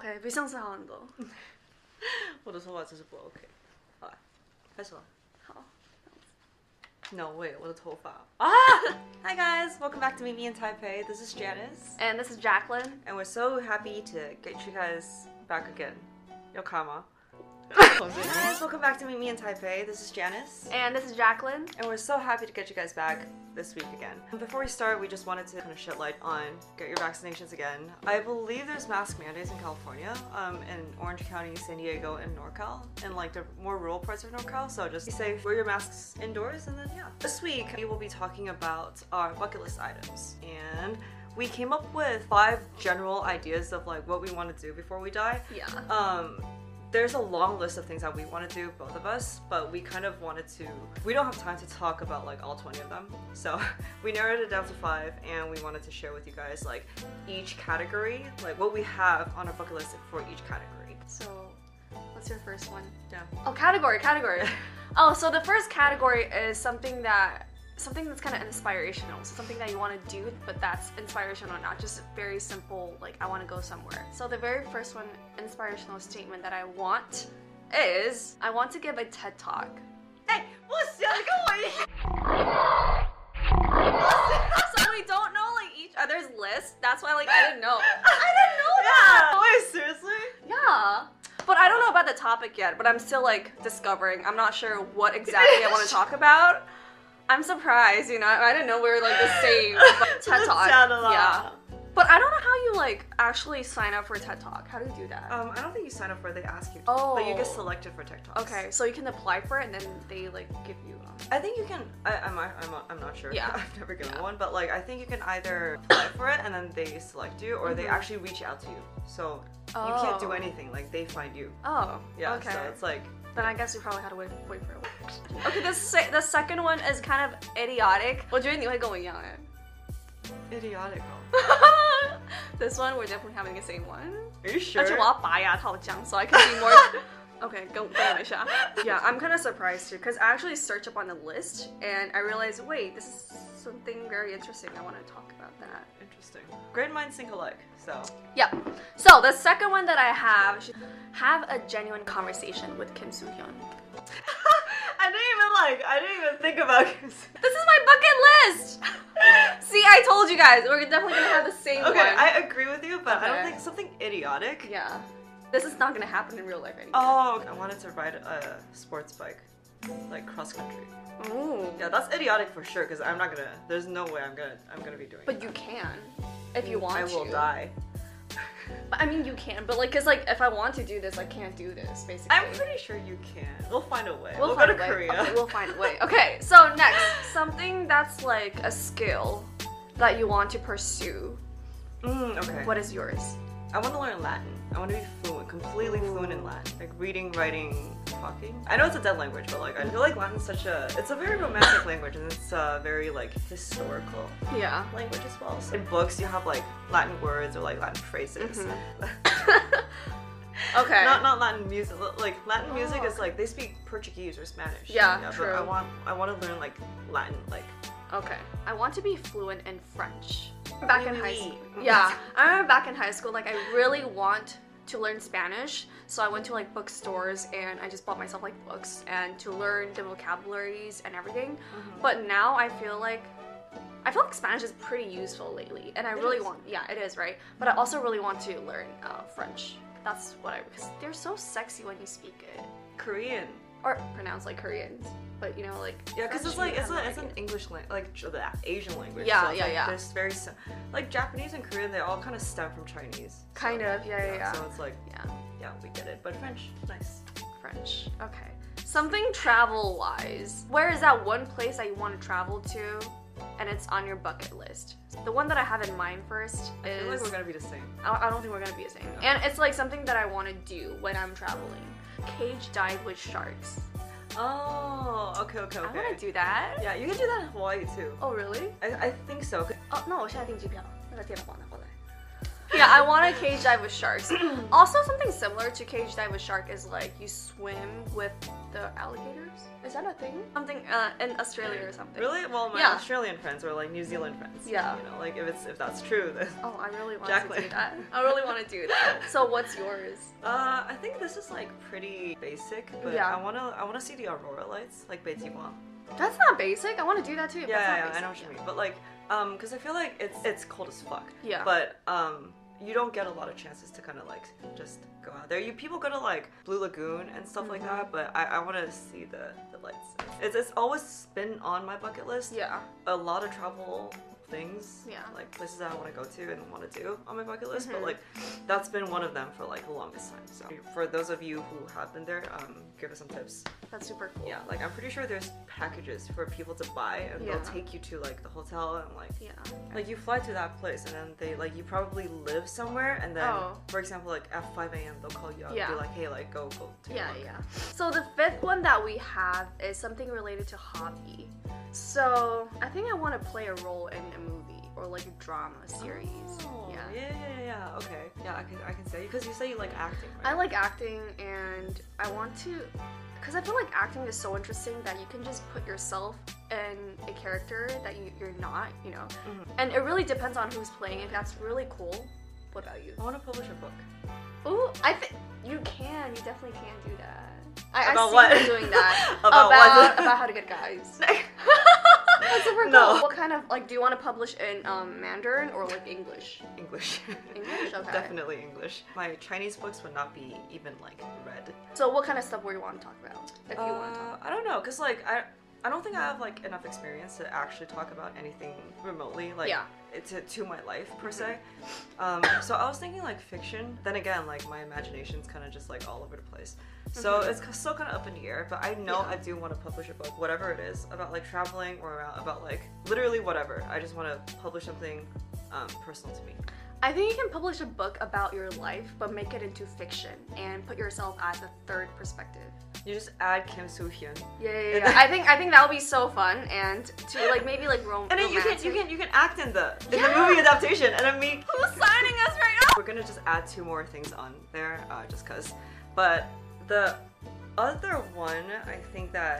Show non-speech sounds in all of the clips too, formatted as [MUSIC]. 对比上次好很多。 [LAUGHS] 我的头发真是不 OK。好吧，开始吧。好， No way，我的头发啊！Hi guys, welcome back to Meet Me in Taipei. This is Janice, And this is Jacqueline. and we're so happy to get you guys back again. 要卡吗？Hi guys, welcome back to Meet Me in Taipei. This is Janice. And this is Jacqueline. And we're so happy to get you guys back this week again. And before we start, we just wanted to kind of shed light on get your vaccinations again. I believe there's mask mandates in California, um, in Orange County, San Diego, and NorCal, and like the more rural parts of NorCal. So just be safe, wear your masks indoors, and then yeah. This week we will be talking about our bucket list items and. We came up with five general ideas of like what we want to do before we die. Yeah. Um, there's a long list of things that we want to do, both of us, but we kind of wanted to. We don't have time to talk about like all 20 of them, so [LAUGHS] we narrowed it down to five, and we wanted to share with you guys like each category, like what we have on our bucket list for each category. So, what's your first one? Yeah. Oh, category, category. oh, so the first category is something that something that's kind of inspirational. So something that you want to do, but that's inspirational, not just very simple like I want to go somewhere. So the very first one inspirational statement that I want is I want to give a TED Talk. [LAUGHS] Hey, [LAUGHS] 不行，跟我一样。 so we don't know like each other's list. That's why like I didn't know. I didn't know that. Oh. Wait, seriously? Yeah. But I don't know about the topic yet, but I'm still like discovering. I'm not sure what exactly I want to talk about. I'm surprised, you know. I didn't know we were like the same. [LAUGHS] But TED That's Talk. sad a lot. Yeah. But I don't know how you like actually sign up for TED Talk. How do you do that? Um, I don't think you sign up for. it, They ask you. But you Oh. get selected for TikTok. okay, so you can apply for it and then they like give you um, I think you can. I, I'm, I'm, I'm not sure. Yeah. [LAUGHS] I've never given Yeah. Mm-hmm. one, but like I think you can either apply for it and then they select you, or they Mhm. actually reach out to you. So you can't do Oh. anything. Like they find you. Oh. Yeah. Okay. So it's like Then I guess you probably had to wait, wait for a while. [LAUGHS] Okay, the, se- the second one is kind of idiotic. [LAUGHS] 我觉得你会跟我一样哎。 [LAUGHS] idiotic. this one, we're definitely having the same one. Are you sure? 而且我要拔牙套这样 so I can be [LAUGHS] more. okay, go go Yeah, I'm kind of surprised too, cause I actually searched up on the list and I realized, wait, this is something very interesting. I want to talk about that. Interesting. Great minds think alike. So [LAUGHS] Yeah. So the second one that I have, should have a genuine conversation with Kim Soo Hyun. I didn't even like. I didn't even think about. [LAUGHS] This is my bucket list. [LAUGHS] See, I told you guys, we're definitely gonna have the same okay, one. I agree with you, but I don't Okay. think something idiotic. yeah. This is not gonna happen in real life anymore. Oh, I wanted to ride a sports bike, like cross country. Ooh. Yeah, that's idiotic for sure. Cause I'm not gonna. There's no way I'm gonna. I'm gonna be doing. But you can, if you want I will to. die. But, I mean, you can, but like, cause like, if I want to do this, I can't do this, basically. I'm pretty sure you can. We'll find a way. We'll, go find to a way. Korea. Okay, we'll find a [LAUGHS] way. Okay, so next, something that's like a skill that you want to pursue. Mm, okay. What is yours? I want to learn Latin. I want to be fluent, completely fluent in Latin, like reading, writing, talking. I know it's a dead language, but like I feel like Latin's such a. It's a very romantic [COUGHS] language, and it's a very like historical Yeah. language as well. So in books, you have like Latin words or like Latin phrases. Mm-hmm. [LAUGHS] Okay. Not not Latin music. li- Like Latin music Oh, is like they speak Portuguese or Spanish. Yeah, but true. I want I want to learn like Latin like Okay. I want to be fluent in French. Back in high Really? school. [LAUGHS] Yeah. I remember back in high school, like, I really want to learn Spanish. So I went to, like, bookstores and I just bought myself, like, books and to learn the vocabularies and everything. Mm-hmm. But now I feel like. I feel like Spanish is pretty useful lately, and I really is. want, yeah, it is, right? But I also really want to learn uh, French. That's what I, because they're so sexy when you speak it. Korean. Or pronounced like Koreans, but you know, like. Yeah, because it's like French, you it's, kinda a, it's like an it. English language, like j- the Asian language. Yeah, so it's yeah, like yeah. There's very sim- like Japanese and Korean. They all kind of stem from Chinese. so- Kind of, yeah, yeah, yeah. So it's like yeah. yeah, we get it. But French, nice. French. Okay. Something travel wise. Where is that one place that you want to travel to and it's on your bucket list? The one that I have in mind first I feel like is we're gonna be the same. I I don't think we're gonna be the same. No. And it's like something that I want to do when I'm traveling. Cage dive with sharks. Oh, okay, okay, okay. I want to do that. Yeah, you can do that in Hawaii too. Oh really? I, I think so. 'cause- Oh, 那我现在订机票，那个电脑放拿过来。 yeah, I want to cage dive with [CLEARS THROAT] sharks. also, something similar to cage dive with shark is like you swim with the alligators. Is that a thing? Something uh, in Australia or something. Really? Well, my Yeah. Australian friends were like New Zealand friends. Yeah. You know, like if it's if that's true, then. [LAUGHS] Oh, I really want to Jacqueline. do that. [LAUGHS] I really want to do that. [LAUGHS] So what's yours? Uh, I think this is like pretty basic, but Yeah. I wanna I wanna see the aurora lights, like Beijing. That's not basic. I want to do that too. but Yeah, that's not yeah, yeah, I basic. know what you mean. But like, um, because I feel like it's it's cold as fuck. Yeah. But um, you don't get a lot of chances to kind of like just go out there. You people go to like Blue Lagoon and stuff like Mm-hmm. that, but I, I want to see the the lights. It's it's always been on my bucket list. Yeah. A lot of travel things. Yeah. Mm-hmm. Like places that I want to go to and want to do on my bucket list, but like that's been one of them for like the longest time. So for those of you who have been there, um, give us some tips. That's super cool. Yeah, like I'm pretty sure there's packages for people to buy, and Yeah. they'll take you to like the hotel and like Yeah. like you fly to that place, and then they like you probably live somewhere, and then Oh. for example like at 5 a.m. they'll call you up Yeah. and be like, hey, like go go. Take a Yeah, look." yeah. So the fifth one that we have is something related to hobby. So I think I want to play a role in a movie or like a drama series. Oh, yeah. yeah. yeah, yeah, yeah. Okay. Yeah, I can I can say because you say you like acting. Right? I like acting and I want to because I feel like acting is so interesting that you can just put yourself in a character that you, you're not, you know. And it really depends on who's playing it. That's really cool. What about you? I want to publish a book. Ooh, I think you can. You definitely can do that. I, About I see what? you doing that. About what? [LAUGHS] about, about how to get [LAUGHS] guys. That's super cool. No. What kind of like do you want to publish in um, Mandarin or like English? English. [LAUGHS] English? Okay. Definitely English. My Chinese books would not be even like read. So what kind of stuff would you want to talk about if you Uh, want to? Talk? I don't know, cause like I, I don't think I have like enough experience to actually talk about anything remotely like Yeah. it- to to my life per se. Um, so I was thinking like fiction. Then again, like my imagination's kind of just like all over the place. So it's it's still kind of up in the air, but I know Yeah. I do want to publish a book, whatever it is, about like traveling or about, about like literally whatever. I just want to publish something um, personal to me. I think you can publish a book about your life, but make it into fiction and put yourself as a third perspective. You just add Kim Soo Hyun Yeah, yeah, yeah. I think I think that would be so fun and to like maybe like rom- And then you can you romantic- can you can act in the in the Yeah. movie adaptation, and I mean, Who's signing us right now? we're gonna just add two more things on there, uh, just cause. But the other one I think that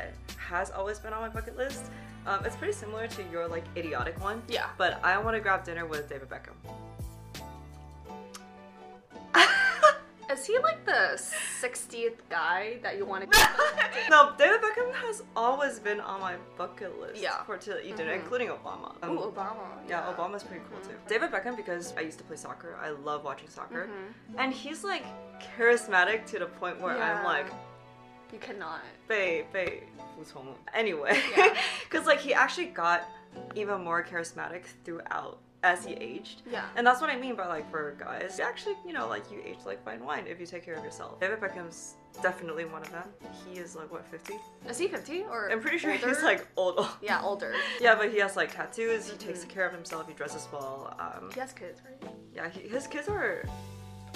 has always been on my bucket list. Um, it's pretty similar to your like idiotic one. Yeah. But I want to grab dinner with David Beckham. Is he like the 60th guy that you [LAUGHS] want to? no, David Beckham has always been on my bucket list. Yeah. Mm-hmm. For to eat dinner, including Obama. Um, Ooh, Obama. Yeah, Obama's pretty cool too. Mm-hmm. David Beckham, because I used to play soccer, I love watching soccer. And he's like charismatic to the point where I'm Mm-hmm. Yeah. like, You cannot. Bei, Bei, Anyway, Yeah. [LAUGHS] because like he actually got even more charismatic throughout as he aged. Yeah. And that's what I mean by like for guys, actually, you know, like you age like fine wine if you take care of yourself. David Beckham's definitely one of them. He is like what, 50? Is he 50 or? I'm pretty sure older? he's like old. old. Yeah, Mm-hmm. older. [LAUGHS] Yeah, but he has like tattoos. He takes care of himself. He dresses well. Um, He has kids, right? yeah, he, his kids are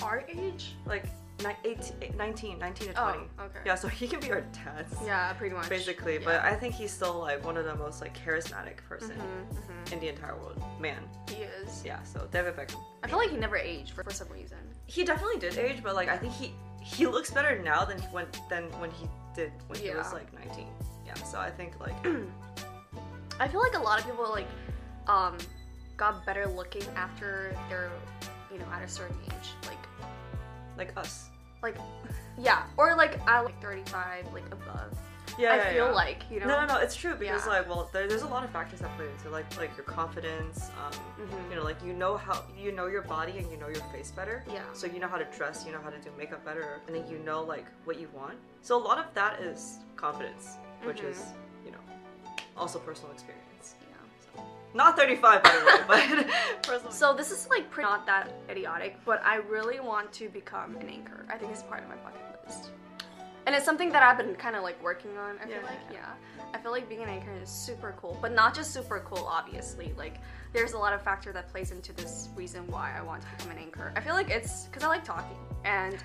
Our age? like ni- 18, 19, 19 to 20. Oh, okay. Yeah, so he can be our dads. Yeah, pretty much. Basically, Yeah. Mm-hmm. but I think he's still like one of the most like charismatic person in the entire world. Man. he is. Yeah, so David Beckham. I feel like he never aged for, for some reason. He definitely did age, but like I think he he looks better now than he when than when he did when he was Yeah. like 19. Yeah, so I think like [CLEARS THROAT] I feel like a lot of people like um got better looking after they're you know at a certain age, like like us. like yeah, or like at like 35, like above. Yeah, I yeah, feel yeah. like you know. No, no, no. It's true because Yeah. like, well, there, there's a lot of factors that play into like, like your confidence. Um, Mm-hmm. You know, like you know how you know your body and you know your face better. Yeah. So you know how to dress, you know how to do makeup better, and then you know like what you want. So a lot of that is confidence, which is Mm-hmm. you know also personal experience. Yeah. Not 35 by the way, [LAUGHS] but personal. So this is like pretty not that idiotic, but I really want to become an anchor. I think it's part of my bucket list. And it's something that I've been kind of like working on. I feel Yeah. like, yeah. I feel like being an anchor is super cool, but not just super cool, obviously. Like, there's a lot of factor that plays into this reason why I want to become an anchor. I feel like it's because I like talking, and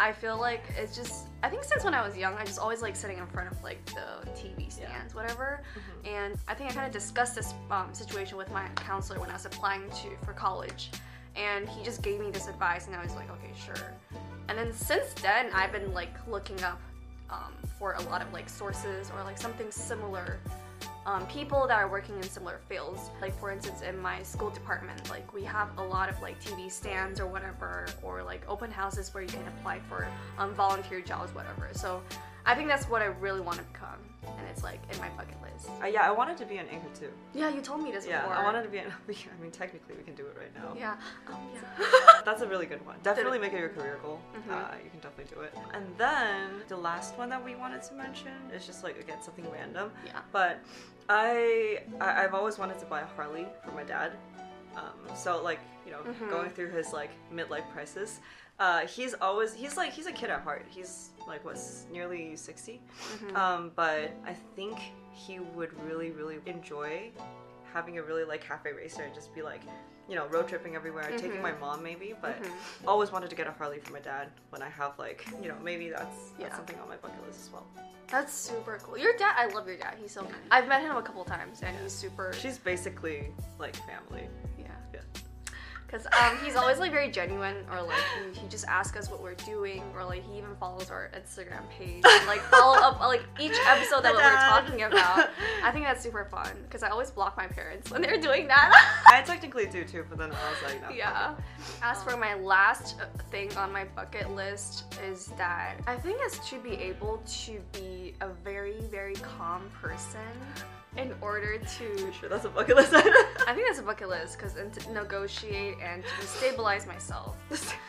I feel like it's just. I think since when I was young, I just always like sitting in front of like the TV stands, whatever. And I think I kind of discussed this um, situation with my counselor when I was applying to for college. and he just gave me this advice, and I was like, okay, sure. And then since then, I've been like looking up um, for a lot of like sources or like something similar. Um, people that are working in similar fields. Like for instance, in my school department, like we have a lot of like TV stands or whatever, or like open houses where you can apply for um, volunteer jobs, whatever. So I think that's what I really want to become, and it's like in my bucket list. Uh, yeah, I wanted to be an anchor too. Yeah, you told me this Yeah, before. I wanted to be an. [LAUGHS] I mean, technically, we can do it right now. Yeah. Um, yeah. [LAUGHS] That's a really good one. Definitely make it your career goal. Mhm. Uh, you can definitely do it. And then the last one that we wanted to mention is just like again something random. Yeah. But I, I I've always wanted to buy a Harley for my dad. Um, so like you know going through his like midlife crisis, uh, he's always he's like he's a kid at heart. He's like what's nearly 60 Um, but I think he would really really enjoy having a really like cafe racer and just be like you know road tripping everywhere taking my mom maybe but always wanted to get a harley for my dad when i have like you know maybe that's, that's Yeah. something on my bucket list as well That's super cool. Your dad, I love your dad. He's so nice. I've met him a couple times, and he's super. She's basically like family. yeah. Yeah. Because um, he's always like very genuine, or like he, he just asks us what we're doing, or like he even follows our Instagram page, and, like follow up like each episode that My we're dad. talking about. I think that's super fun because I always block my parents when they're doing that. [LAUGHS] I technically do too, but then I was like, no. yeah. As for my last uh, thing on my bucket list is that I think I should be able to be a very very calm person in order to Sure, that's a bucket list item. [LAUGHS] I think that's a bucket list because to negotiate and to stabilize myself.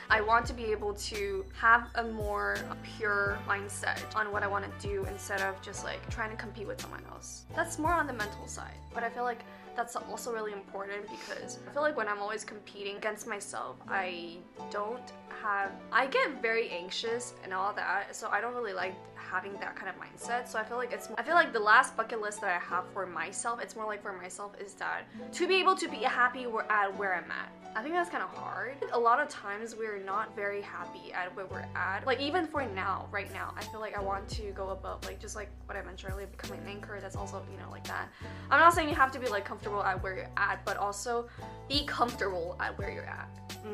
I want to be able to have a more pure mindset on what I want to do instead of just like trying to compete with someone else. That's more on the mental side, but I feel like that's also really important because I feel like when I'm always competing against myself, I don't have I get very anxious and all that, so I don't really like having that kind of mindset. So I feel like it's I feel like the last bucket list that I have for myself, it's more like for myself is that to be able to be happy where at where I'm at. I think that's kind of hard. A lot of times we're not very happy at where we're at. Like even for now, right now, I feel like I want to go above, like just like what I mentioned earlier, becoming an anchor. That's also you know like that. I'm not saying you have to be like comfortable at where you're at, but also be comfortable at where you're at.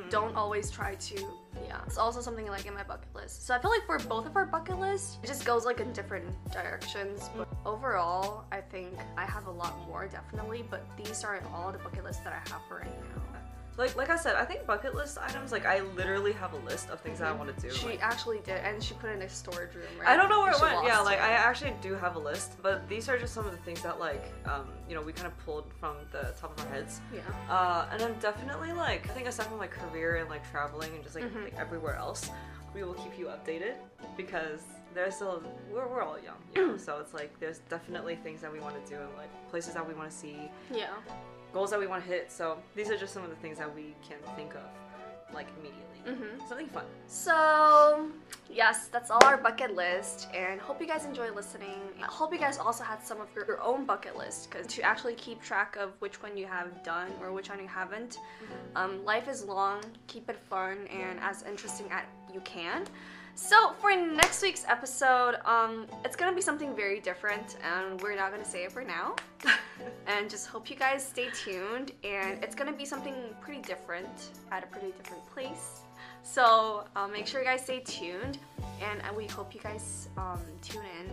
Don't always try to. Yeah, it's also something like in my bucket list. So I feel like for both of our bucket lists, it just goes like in different directions. But overall, I think I have a lot more definitely, but these are all the bucket lists that I have for right now. like, like I said, I think bucket list items. Like, I literally have a list of things that I want to do. She Like, actually did, and she put it in a storage room. Right? I don't know where it She went. Yeah, lost like it. I actually do have a list, but these are just some of the things that like, um, you know, we kind of pulled from the top of our heads. yeah. Uh, and I'm definitely like, I think aside from like career and like traveling and just like, Mm-hmm. like everywhere else, we will keep you updated because there's still we're, we're all young, you [CLEARS THROAT] know. so it's like there's definitely things that we want to do and like places that we want to see, Yeah. goals that we want to hit. So these are just some of the things that we can think of like immediately. Something fun. So, yes, that's all our bucket list, and hope you guys enjoy listening. I hope you guys also had some of your, your own bucket list, because to actually keep track of which one you have done or which one you haven't, um, life is long, keep it fun and as interesting as you can. So, for next week's episode, um, it's gonna be something very different, and we're not gonna say it for now. and just hope you guys stay tuned, and it's gonna be something pretty different at a pretty different place. So uh, make sure you guys stay tuned, and uh, we hope you guys um, tune in.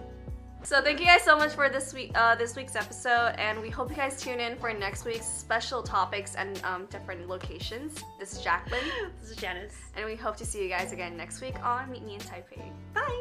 So thank you guys so much for this week, uh, this week's episode, and we hope you guys tune in for next week's special topics and um, different locations. [GASPS] This is Jacqueline, This is Janice. and we hope to see you guys again next week on Meet Me in Taipei. Bye. [LAUGHS]